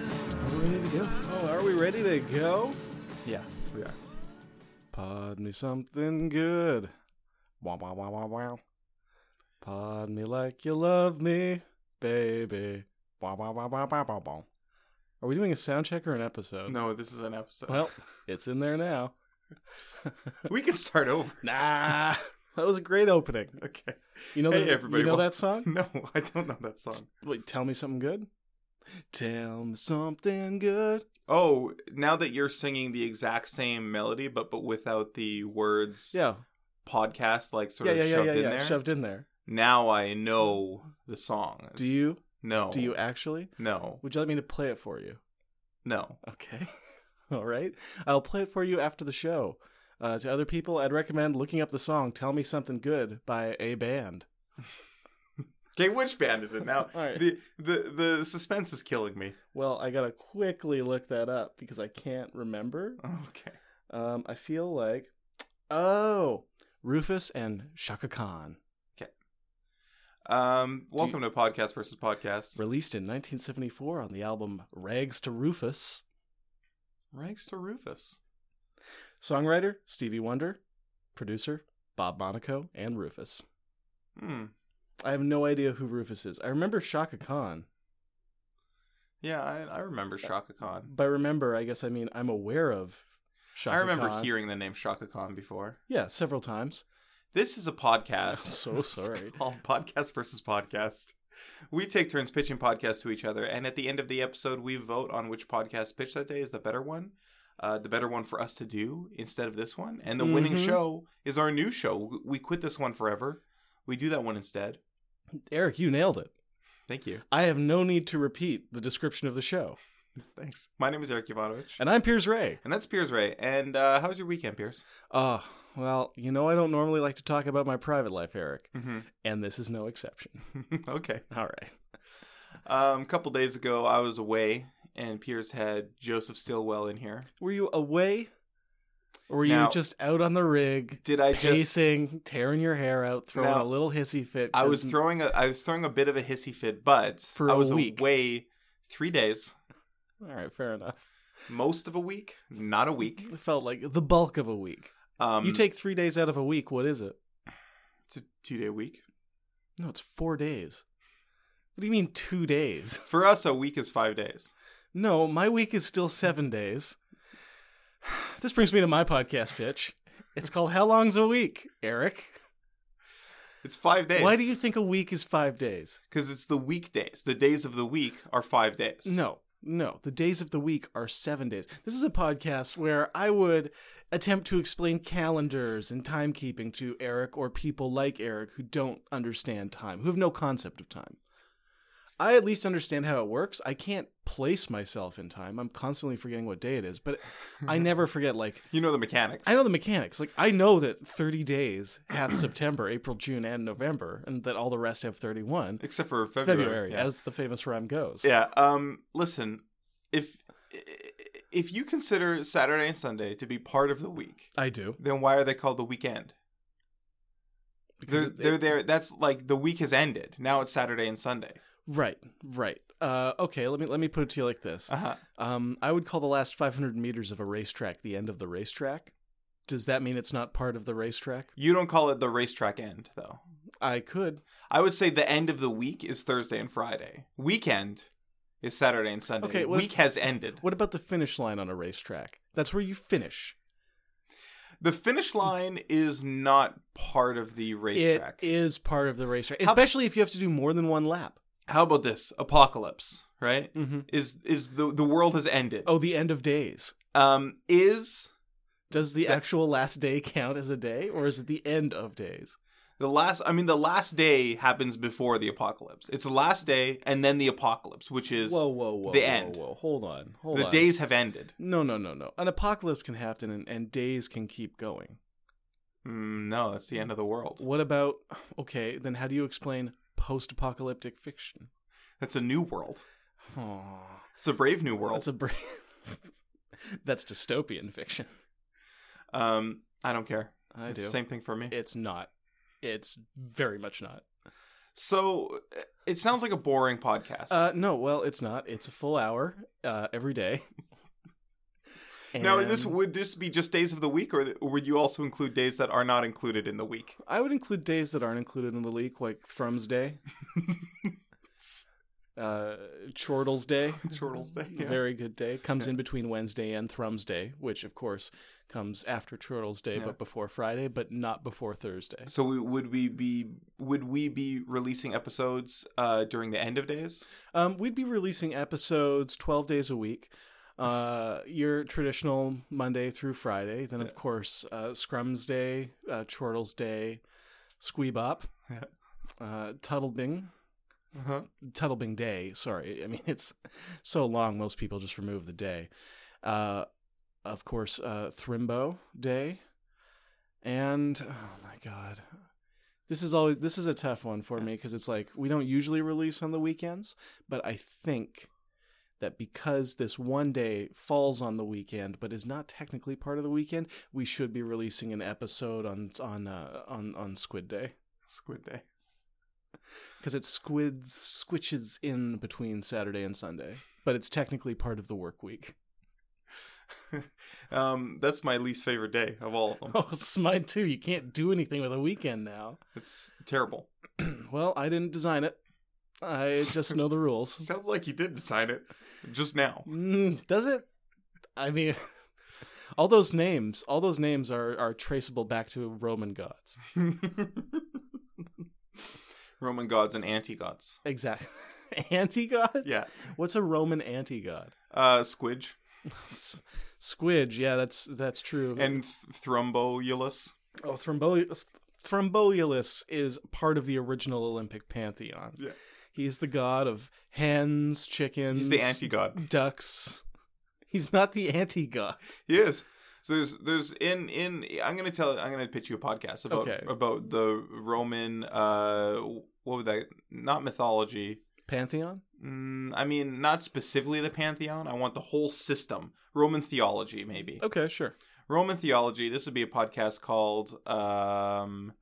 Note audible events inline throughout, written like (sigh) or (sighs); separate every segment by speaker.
Speaker 1: we need to go.
Speaker 2: Oh, are we ready to go?
Speaker 1: Yeah, we are.
Speaker 2: Pod me something good. Wow, wow, wow, wow, wow. Pod me like you love me, baby. Wow, wow, wow, wow, wow, wow, wow. Are we doing a sound check or an episode?
Speaker 1: No, this is an episode.
Speaker 2: Well, it's in there now.
Speaker 1: (laughs) we can start over. (laughs)
Speaker 2: Nah, (laughs) that was a great opening.
Speaker 1: Okay.
Speaker 2: You know,
Speaker 1: Hey,
Speaker 2: that,
Speaker 1: everybody,
Speaker 2: you know
Speaker 1: wel-
Speaker 2: that
Speaker 1: (laughs)
Speaker 2: song?
Speaker 1: No, I don't know that song.
Speaker 2: Wait, tell me something good. Tell me something good.
Speaker 1: Oh, now that you're singing the exact same melody, but but without the words
Speaker 2: Yeah,
Speaker 1: podcast like sort
Speaker 2: yeah,
Speaker 1: of
Speaker 2: yeah, yeah,
Speaker 1: shoved
Speaker 2: yeah,
Speaker 1: in
Speaker 2: yeah.
Speaker 1: there.
Speaker 2: Shoved in there.
Speaker 1: Now I know the song.
Speaker 2: Do you?
Speaker 1: No.
Speaker 2: Do you actually?
Speaker 1: No.
Speaker 2: Would you like me to play it for you?
Speaker 1: No.
Speaker 2: Okay. (laughs) All right. I'll play it for you after the show. Uh, to other people, I'd recommend looking up the song Tell Me Something Good by a band.
Speaker 1: Okay, which band is
Speaker 2: (laughs)
Speaker 1: it now?
Speaker 2: All right.
Speaker 1: The the the suspense is killing me. (laughs)
Speaker 2: Well, I got to quickly look that up because I can't remember.
Speaker 1: Okay.
Speaker 2: Um, I feel like. Oh! Rufus and Shaka Khan.
Speaker 1: Um welcome to Podcast versus Podcast.
Speaker 2: Released in 1974 on the album Rags to Rufus.
Speaker 1: Rags to Rufus.
Speaker 2: Songwriter Stevie Wonder. Producer Bob Monaco and Rufus.
Speaker 1: Hmm.
Speaker 2: I have no idea who Rufus is. I remember Shaka Khan.
Speaker 1: Yeah, I, I remember Shaka Khan.
Speaker 2: By remember, I guess I mean I'm aware of Shaka
Speaker 1: I remember
Speaker 2: Khan.
Speaker 1: hearing the name Shaka Khan before.
Speaker 2: Yeah, several times.
Speaker 1: This is a podcast.
Speaker 2: (laughs) So sorry.
Speaker 1: It's called Podcast versus Podcast. We take turns pitching podcasts to each other, and at the end of the episode, we vote on which podcast pitch that day is the better one, uh, the better one for us to do instead of this one. And the winning
Speaker 2: Mhm.
Speaker 1: show is our new show. W- We quit this one forever. We do that one instead.
Speaker 2: Eric, you nailed it.
Speaker 1: Thank you.
Speaker 2: I have no need to repeat the description of the show.
Speaker 1: Thanks. My name is Eric Ivanovich.
Speaker 2: And I'm Piers Ray.
Speaker 1: And that's Piers Ray. And uh, how was your weekend, Piers?
Speaker 2: Oh, well, you know I don't normally like to talk about my private life, Eric,
Speaker 1: Mm-hmm.
Speaker 2: and this is no exception.
Speaker 1: (laughs)
Speaker 2: (laughs)
Speaker 1: okay.
Speaker 2: All right.
Speaker 1: Um, a couple days ago, I was away, and Piers had Joseph Stillwell in here.
Speaker 2: Were you away? Or were
Speaker 1: Now-
Speaker 2: you just out on the rig,
Speaker 1: Did I just
Speaker 2: pacing, tearing your hair out, throwing
Speaker 1: Now-
Speaker 2: a little hissy fit?
Speaker 1: I was
Speaker 2: 'cause-
Speaker 1: throwing a I was throwing a bit of a hissy fit, but
Speaker 2: For
Speaker 1: I
Speaker 2: a
Speaker 1: was
Speaker 2: week.
Speaker 1: away three days,
Speaker 2: All right, fair enough.
Speaker 1: most of a week, not a week.
Speaker 2: It felt like the bulk of a week.
Speaker 1: Um,
Speaker 2: you take three days out of a week, what is it?
Speaker 1: it's a two day week.
Speaker 2: No, it's four days. What do you mean two days?
Speaker 1: For us, a week is five days.
Speaker 2: No, my week is still seven days. (sighs) This brings me to my podcast pitch. It's called How Long's a Week, Eric?
Speaker 1: It's five days.
Speaker 2: Why do you think a week is five days?
Speaker 1: Because it's the weekdays. The days of the week are five days.
Speaker 2: No, no. The days of the week are seven days. This is a podcast where I would attempt to explain calendars and timekeeping to Eric or people like Eric who don't understand time, who have no concept of time. I at least understand how it works. I can't place myself in time. I'm constantly forgetting what day it is, but
Speaker 1: (laughs)
Speaker 2: I never forget like
Speaker 1: you know the mechanics.
Speaker 2: I know the mechanics. Like I know that 30 days have (clears throat) September, April, June, and November, and that all the rest have 31.
Speaker 1: Except for February.
Speaker 2: February,
Speaker 1: Yeah.
Speaker 2: as the famous rhyme goes.
Speaker 1: yeah. Um. Listen, if if you consider Saturday and Sunday to be part of the week,
Speaker 2: I do.
Speaker 1: then why are they called the weekend?
Speaker 2: Because
Speaker 1: They're,
Speaker 2: it-
Speaker 1: they're there. That's like the week has ended. Now it's Saturday and Sunday.
Speaker 2: Right, right. Uh, okay, let me let me put it to you like this.
Speaker 1: Uh-huh.
Speaker 2: Um, I would call the last 500 meters of a racetrack the end of the racetrack. Does that mean it's not part of the racetrack?
Speaker 1: You don't call it the racetrack end, though.
Speaker 2: I could.
Speaker 1: I would say the end of the week is Thursday and Friday. Weekend is Saturday and Sunday.
Speaker 2: Okay, what if-
Speaker 1: week has ended.
Speaker 2: What about the finish line on a racetrack? That's where you finish.
Speaker 1: The finish line is not part of the racetrack.
Speaker 2: It is part of the racetrack, especially if you have to do more than one lap.
Speaker 1: How about this? Apocalypse, right?
Speaker 2: Mm-hmm.
Speaker 1: Is is the the world has ended?
Speaker 2: Oh, the end of days.
Speaker 1: Um, is
Speaker 2: Does the
Speaker 1: That-
Speaker 2: actual last day count as a day, or is it the end of days?
Speaker 1: the last? I mean, the last day happens before the apocalypse. It's the last day and then the apocalypse, which is
Speaker 2: Whoa, whoa, whoa!
Speaker 1: the
Speaker 2: whoa,
Speaker 1: end.
Speaker 2: Whoa, hold on, hold
Speaker 1: the
Speaker 2: on.
Speaker 1: days have ended.
Speaker 2: No, no, no, no. An apocalypse can happen, and, and days can keep going.
Speaker 1: Mm, no, that's the end of the world.
Speaker 2: What about okay? Then how do you explain post-apocalyptic fiction?
Speaker 1: That's a new world.
Speaker 2: Oh,
Speaker 1: It's a brave new world.
Speaker 2: that's a bra- (laughs) that's dystopian fiction.
Speaker 1: Um, I don't care.
Speaker 2: I
Speaker 1: it's
Speaker 2: do.
Speaker 1: the same thing for me.
Speaker 2: It's not. It's very much not.
Speaker 1: So uh, it sounds like a boring podcast.
Speaker 2: Uh, no, well, it's not. It's a full hour uh, every day. (laughs)
Speaker 1: now, this
Speaker 2: And-
Speaker 1: would this be just days of the week, or, or would you also include days that are not included in
Speaker 2: (laughs)
Speaker 1: the week?
Speaker 2: I would include days that aren't included in the leak, like Thrums (laughs) Day, uh, Chortles Day. (laughs)
Speaker 1: Chortles Day, yeah.
Speaker 2: Very good day. Comes in between Wednesday and Thrums Day, which of course comes after Chortles Day,
Speaker 1: Yeah.
Speaker 2: but before Friday, but not before Thursday.
Speaker 1: So we, would we be would we be releasing episodes uh, during the end of days?
Speaker 2: Um, we'd be releasing episodes 12 days a week. Uh, your traditional Monday through Friday. Then, of course, uh, Scrums Day, uh, Chortles Day, Squeebop,
Speaker 1: Yeah.
Speaker 2: uh, Tuttlebing,
Speaker 1: Uh-huh.
Speaker 2: Tuttlebing Day. Sorry. I mean, (laughs) it's so long, most people just remove the day. Uh, of course, uh, Thrimbo Day. And, oh my God. This is always this is a tough one for me because it's like we don't usually release on the weekends, but I think that because this one day falls on the weekend but is not technically part of the weekend, we should be releasing an episode on on uh, on on Squid Day
Speaker 1: (laughs) Squid Day.
Speaker 2: because it squids squishes in between Saturday and Sunday, but it's technically part of the work week. (laughs)
Speaker 1: Um, that's my least favorite day of all. Of
Speaker 2: (laughs)
Speaker 1: them.
Speaker 2: Oh, it's mine too. You can't do anything with a weekend now. (clears throat)
Speaker 1: It's terrible.
Speaker 2: well, I didn't design it. I just know the rules.
Speaker 1: Sounds like you did design it just now.
Speaker 2: Mm, does it? I mean, (laughs) all those names, all those names are are traceable back to Roman gods.
Speaker 1: Roman gods and anti gods.
Speaker 2: (laughs) Exactly. Anti gods?
Speaker 1: Yeah.
Speaker 2: What's a Roman anti god?
Speaker 1: Uh, squidge
Speaker 2: Squidge, yeah, that's that's true.
Speaker 1: and th- Thrombolulus.
Speaker 2: Oh, Thrombolus, Thrombolulus is part of the original Olympic pantheon.
Speaker 1: Yeah.
Speaker 2: He's the god of hens, chickens,
Speaker 1: He's the anti
Speaker 2: (laughs)
Speaker 1: god.
Speaker 2: ducks. He's not the anti god.
Speaker 1: He is. So there's there's in in I'm gonna tell I'm gonna pitch you a podcast about
Speaker 2: Okay.
Speaker 1: about the Roman uh what would that not mythology
Speaker 2: Pantheon?
Speaker 1: mm, I mean not specifically the pantheon I want the whole system Roman theology maybe
Speaker 2: Okay, sure.
Speaker 1: Roman theology this would be a podcast called um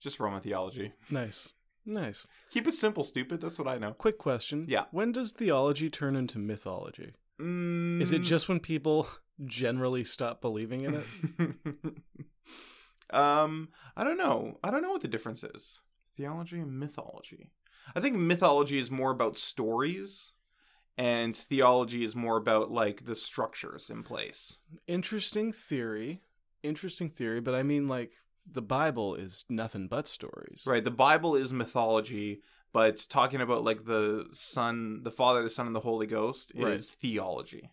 Speaker 1: just Roman theology
Speaker 2: Nice. Nice.
Speaker 1: keep it simple stupid that's what I know
Speaker 2: Quick question.
Speaker 1: Yeah.
Speaker 2: When does theology turn into mythology?
Speaker 1: mm,
Speaker 2: Is it just when people generally stop believing in it?
Speaker 1: (laughs) um, I don't know. I don't know what the difference is. Theology and mythology. I think mythology is more about stories, and theology is more about like the structures in place.
Speaker 2: Interesting theory. Interesting theory, but I mean like the Bible is nothing but stories.
Speaker 1: Right. The Bible is mythology, but talking about like the Son, the Father, the Son, and the Holy Ghost is
Speaker 2: Right.
Speaker 1: theology.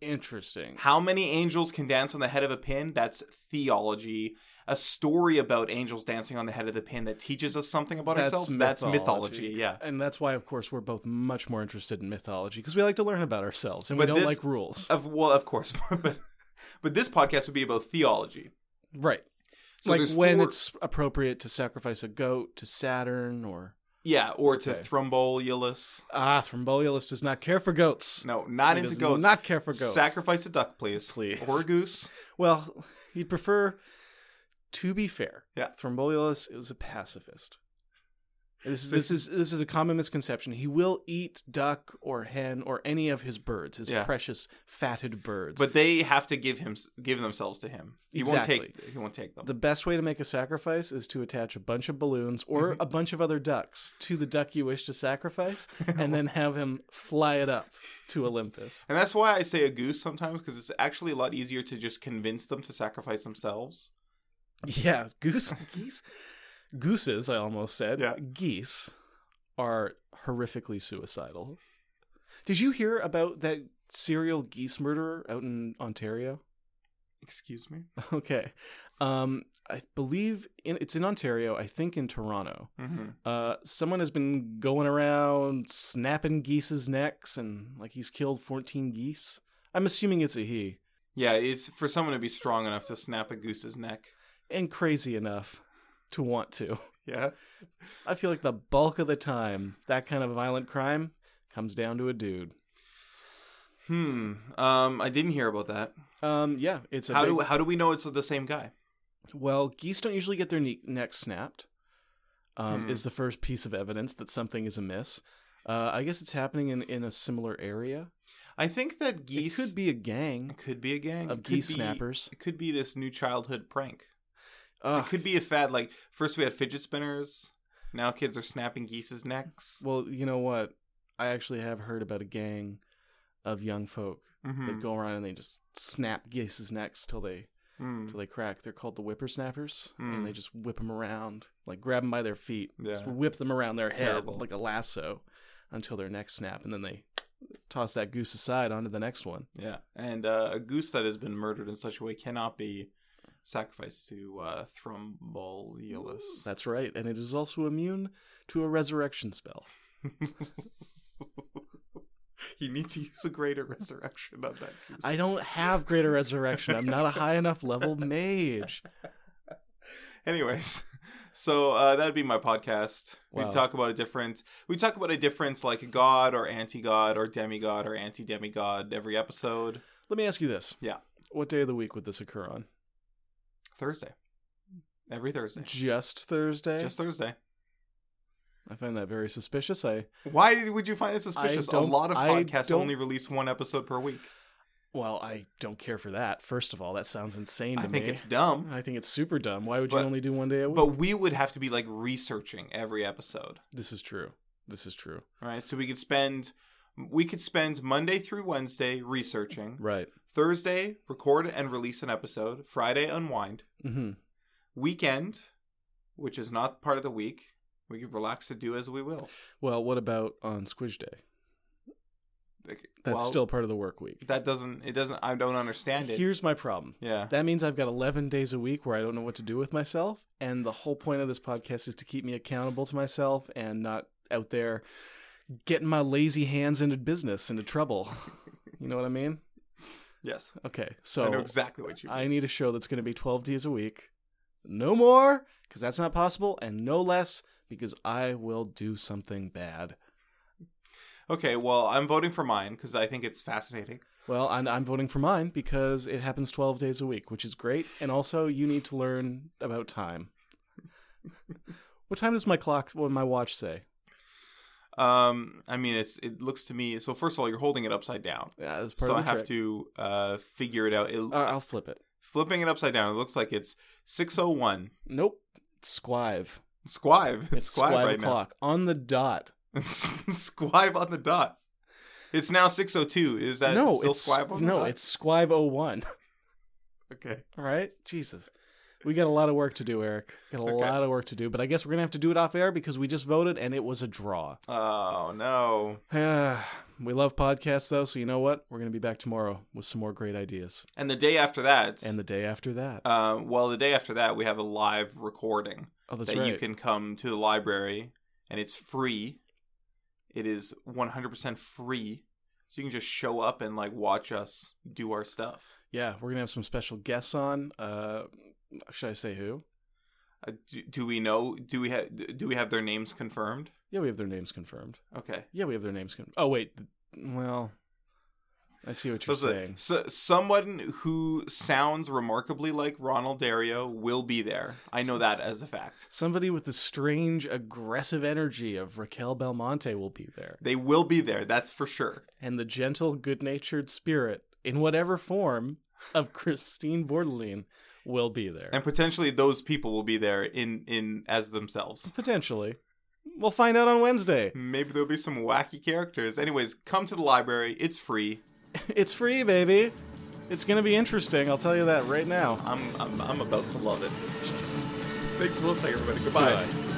Speaker 2: Interesting.
Speaker 1: How many angels can dance on the head of a pin? That's theology. A story about angels dancing on the head of the pin that teaches us something about
Speaker 2: That's
Speaker 1: ourselves. That's
Speaker 2: mythology.
Speaker 1: mythology. Yeah.
Speaker 2: And that's why, of course, we're both much more interested in mythology because we like to learn about ourselves and
Speaker 1: But
Speaker 2: we don't
Speaker 1: this-
Speaker 2: like rules.
Speaker 1: Of well, of course, (laughs) but but this podcast would be about theology.
Speaker 2: right.
Speaker 1: So
Speaker 2: like
Speaker 1: there's
Speaker 2: when
Speaker 1: four-
Speaker 2: it's appropriate to sacrifice a goat to Saturn or.
Speaker 1: yeah, or to
Speaker 2: Okay.
Speaker 1: Thrombolulus.
Speaker 2: Ah, Thrombolulus does not care for goats.
Speaker 1: No, not
Speaker 2: He
Speaker 1: into
Speaker 2: does
Speaker 1: goats.
Speaker 2: Not care for goats.
Speaker 1: Sacrifice a duck, please.
Speaker 2: Please.
Speaker 1: or a goose.
Speaker 2: well, he'd prefer, to be fair,
Speaker 1: Yeah.
Speaker 2: Thrombolulus is a pacifist. This is, this is this is a common misconception. He will eat duck or hen or any of his birds, his
Speaker 1: Yeah.
Speaker 2: precious fatted birds.
Speaker 1: But they have to give him give themselves to him. He won't
Speaker 2: Exactly.
Speaker 1: take. He won't take them.
Speaker 2: the best way to make a sacrifice is to attach a bunch of balloons or a bunch of other ducks to the duck you wish to sacrifice and then have him fly it up to Olympus.
Speaker 1: and that's why I say a goose sometimes because it's actually a lot easier to just convince them to sacrifice themselves.
Speaker 2: Yeah, goose geese gooses, I almost said.
Speaker 1: Yeah.
Speaker 2: Geese are horrifically suicidal. Did you hear about that serial geese murderer out in Ontario? (laughs)
Speaker 1: Excuse me.
Speaker 2: Okay. Um I believe in, it's in Ontario, I think in Toronto.
Speaker 1: Mm-hmm.
Speaker 2: Uh, someone has been going around snapping geese's necks, and like he's killed 14 geese. I'm assuming it's a he,
Speaker 1: Yeah, it's for someone to be strong enough to snap a goose's neck.
Speaker 2: and crazy enough to want to.
Speaker 1: Yeah.
Speaker 2: I feel like the bulk of the time, that kind of violent crime comes down to a dude.
Speaker 1: Hmm. Um. I didn't hear about that.
Speaker 2: Um, yeah, it's a
Speaker 1: How
Speaker 2: big-
Speaker 1: do how do we know it's the same guy?
Speaker 2: well, geese don't usually get their ne- necks snapped. um,
Speaker 1: Hmm.
Speaker 2: is the first piece of evidence that something is amiss. Uh, I guess it's happening in, in a similar area.
Speaker 1: I think that geese
Speaker 2: It could be a gang
Speaker 1: could be a gang
Speaker 2: of
Speaker 1: It could
Speaker 2: geese
Speaker 1: be-
Speaker 2: snappers.
Speaker 1: It could be this new childhood prank.
Speaker 2: Ugh.
Speaker 1: It could be a fad. Like first we had fidget spinners. Now kids are snapping geese's necks.
Speaker 2: Well, you know what? I actually have heard about a gang of young folk that
Speaker 1: Mhm.
Speaker 2: go around and they just snap geese's necks till they
Speaker 1: Mm.
Speaker 2: till they crack. They're called the whippersnappers,
Speaker 1: Hmm.
Speaker 2: and they just whip them around, like grab them by their feet, just
Speaker 1: Yeah.
Speaker 2: whip them around their head
Speaker 1: Terrible.
Speaker 2: like a lasso until their necks snap, and then they toss that goose aside onto the next one.
Speaker 1: Yeah, and uh, a goose that has been murdered in such a way cannot be sacrificed to uh, Thrombolulus.
Speaker 2: That's right, and it is also immune to a resurrection spell.
Speaker 1: you need to use a greater (laughs) resurrection on that goose.
Speaker 2: I don't have greater resurrection. I'm not a high enough level
Speaker 1: (laughs)
Speaker 2: mage.
Speaker 1: Anyways, (laughs) so uh, that'd be my podcast.
Speaker 2: Wow.
Speaker 1: We talk about a different. We talk about a different like god or anti-god or demigod or anti-demigod every episode.
Speaker 2: Let me ask you this.
Speaker 1: Yeah.
Speaker 2: What day of the week would this occur on?
Speaker 1: Thursday, every Thursday,
Speaker 2: Just Thursday?
Speaker 1: just Thursday.
Speaker 2: I find that very suspicious. I
Speaker 1: Why did- would you find it suspicious? A
Speaker 2: don't-
Speaker 1: lot of
Speaker 2: I
Speaker 1: podcasts
Speaker 2: don't-
Speaker 1: only release one episode per week.
Speaker 2: well, I don't care for that. First of all, that sounds insane to
Speaker 1: I think
Speaker 2: me.
Speaker 1: it's dumb.
Speaker 2: I think it's super dumb. Why would you
Speaker 1: But-
Speaker 2: only do one day a week?
Speaker 1: But we would have to be like researching every episode,
Speaker 2: this is true. This is true.
Speaker 1: right? So we could spend we could spend Monday through Wednesday researching,
Speaker 2: Right.
Speaker 1: Thursday record and release an episode, Friday unwind,
Speaker 2: hmm
Speaker 1: weekend, which is not part of the week, we could relax to do as we will.
Speaker 2: Well, what about on Squidge Day?
Speaker 1: Like,
Speaker 2: That's
Speaker 1: well,
Speaker 2: still part of the work week.
Speaker 1: that doesn't it doesn't I don't understand it.
Speaker 2: Here's my problem.
Speaker 1: yeah.
Speaker 2: That means I've got 11 days a week where I don't know what to do with myself. And the whole point of this podcast is to keep me accountable to myself and not out there getting my lazy hands into business, into trouble. (laughs) you know what I mean?
Speaker 1: yes.
Speaker 2: Okay. So
Speaker 1: I know exactly what you mean.
Speaker 2: I need a show that's going to be 12 days a week. No more, because that's not possible, and no less, because I will do something bad.
Speaker 1: Okay, well, I'm voting for mine cuz I think it's fascinating.
Speaker 2: Well, I'm, I'm voting for mine because it happens 12 days a week, which is great. And also, you need to learn about time. (laughs) what time does my clock, what my watch say?
Speaker 1: Um I mean it's it looks to me so first of all, you're holding it upside down.
Speaker 2: Yeah, that's part
Speaker 1: So
Speaker 2: of
Speaker 1: I
Speaker 2: the
Speaker 1: have
Speaker 2: trick.
Speaker 1: to uh figure it out. It,
Speaker 2: Uh, I'll flip it.
Speaker 1: flipping it upside down, it looks like it's 601.
Speaker 2: Nope. It's squive.
Speaker 1: Squive. It's
Speaker 2: It's
Speaker 1: squive,
Speaker 2: squive
Speaker 1: right
Speaker 2: o'clock on the dot.
Speaker 1: now. (laughs) squive on the dot. It's now 602. Is that
Speaker 2: no,
Speaker 1: still
Speaker 2: it's
Speaker 1: squive on the
Speaker 2: no,
Speaker 1: dot?
Speaker 2: it's squive 01.
Speaker 1: Okay.
Speaker 2: All right, Jesus. We got a lot of work to do, Eric. Got a
Speaker 1: Okay.
Speaker 2: lot of work to do, but I guess we're gonna have to do it off air because we just voted and it was a draw. (sighs)
Speaker 1: Oh, no.
Speaker 2: we love podcasts though, so you know what? We're gonna be back tomorrow with some more great ideas.
Speaker 1: And the day after that,
Speaker 2: And the day after that.
Speaker 1: uh, well, the day after that, we have a live recording
Speaker 2: oh, that's
Speaker 1: that
Speaker 2: right.
Speaker 1: you can come to the library, and it's free. It is 100% free. So you can just show up and like watch us do our stuff.
Speaker 2: yeah, we're gonna have some special guests on. Uh, should I say who?
Speaker 1: Uh, do, do we know? Do we have? Do we have their names confirmed?
Speaker 2: Yeah, we have their names confirmed.
Speaker 1: Okay.
Speaker 2: Yeah, we have their names confirmed. Oh wait, th- well, I see what you're
Speaker 1: Listen,
Speaker 2: saying.
Speaker 1: so, someone who sounds remarkably like Ronald Dario will be there. I know that as a fact.
Speaker 2: Somebody with the strange, aggressive energy of Raquel Belmonte will be there.
Speaker 1: They will be there. That's for sure.
Speaker 2: and the gentle, good natured spirit, in whatever form, of (laughs) Christine Bordelin will be there.
Speaker 1: And potentially those people will be there in in as themselves.
Speaker 2: Potentially. We'll find out on Wednesday.
Speaker 1: Maybe there'll be some wacky characters. Anyways, come to the library. It's free.
Speaker 2: It's free, baby. It's going to be interesting. I'll tell you that right now.
Speaker 1: I'm I'm, I'm about to love it. Thanks for listening, everybody. Goodbye.
Speaker 2: Goodbye.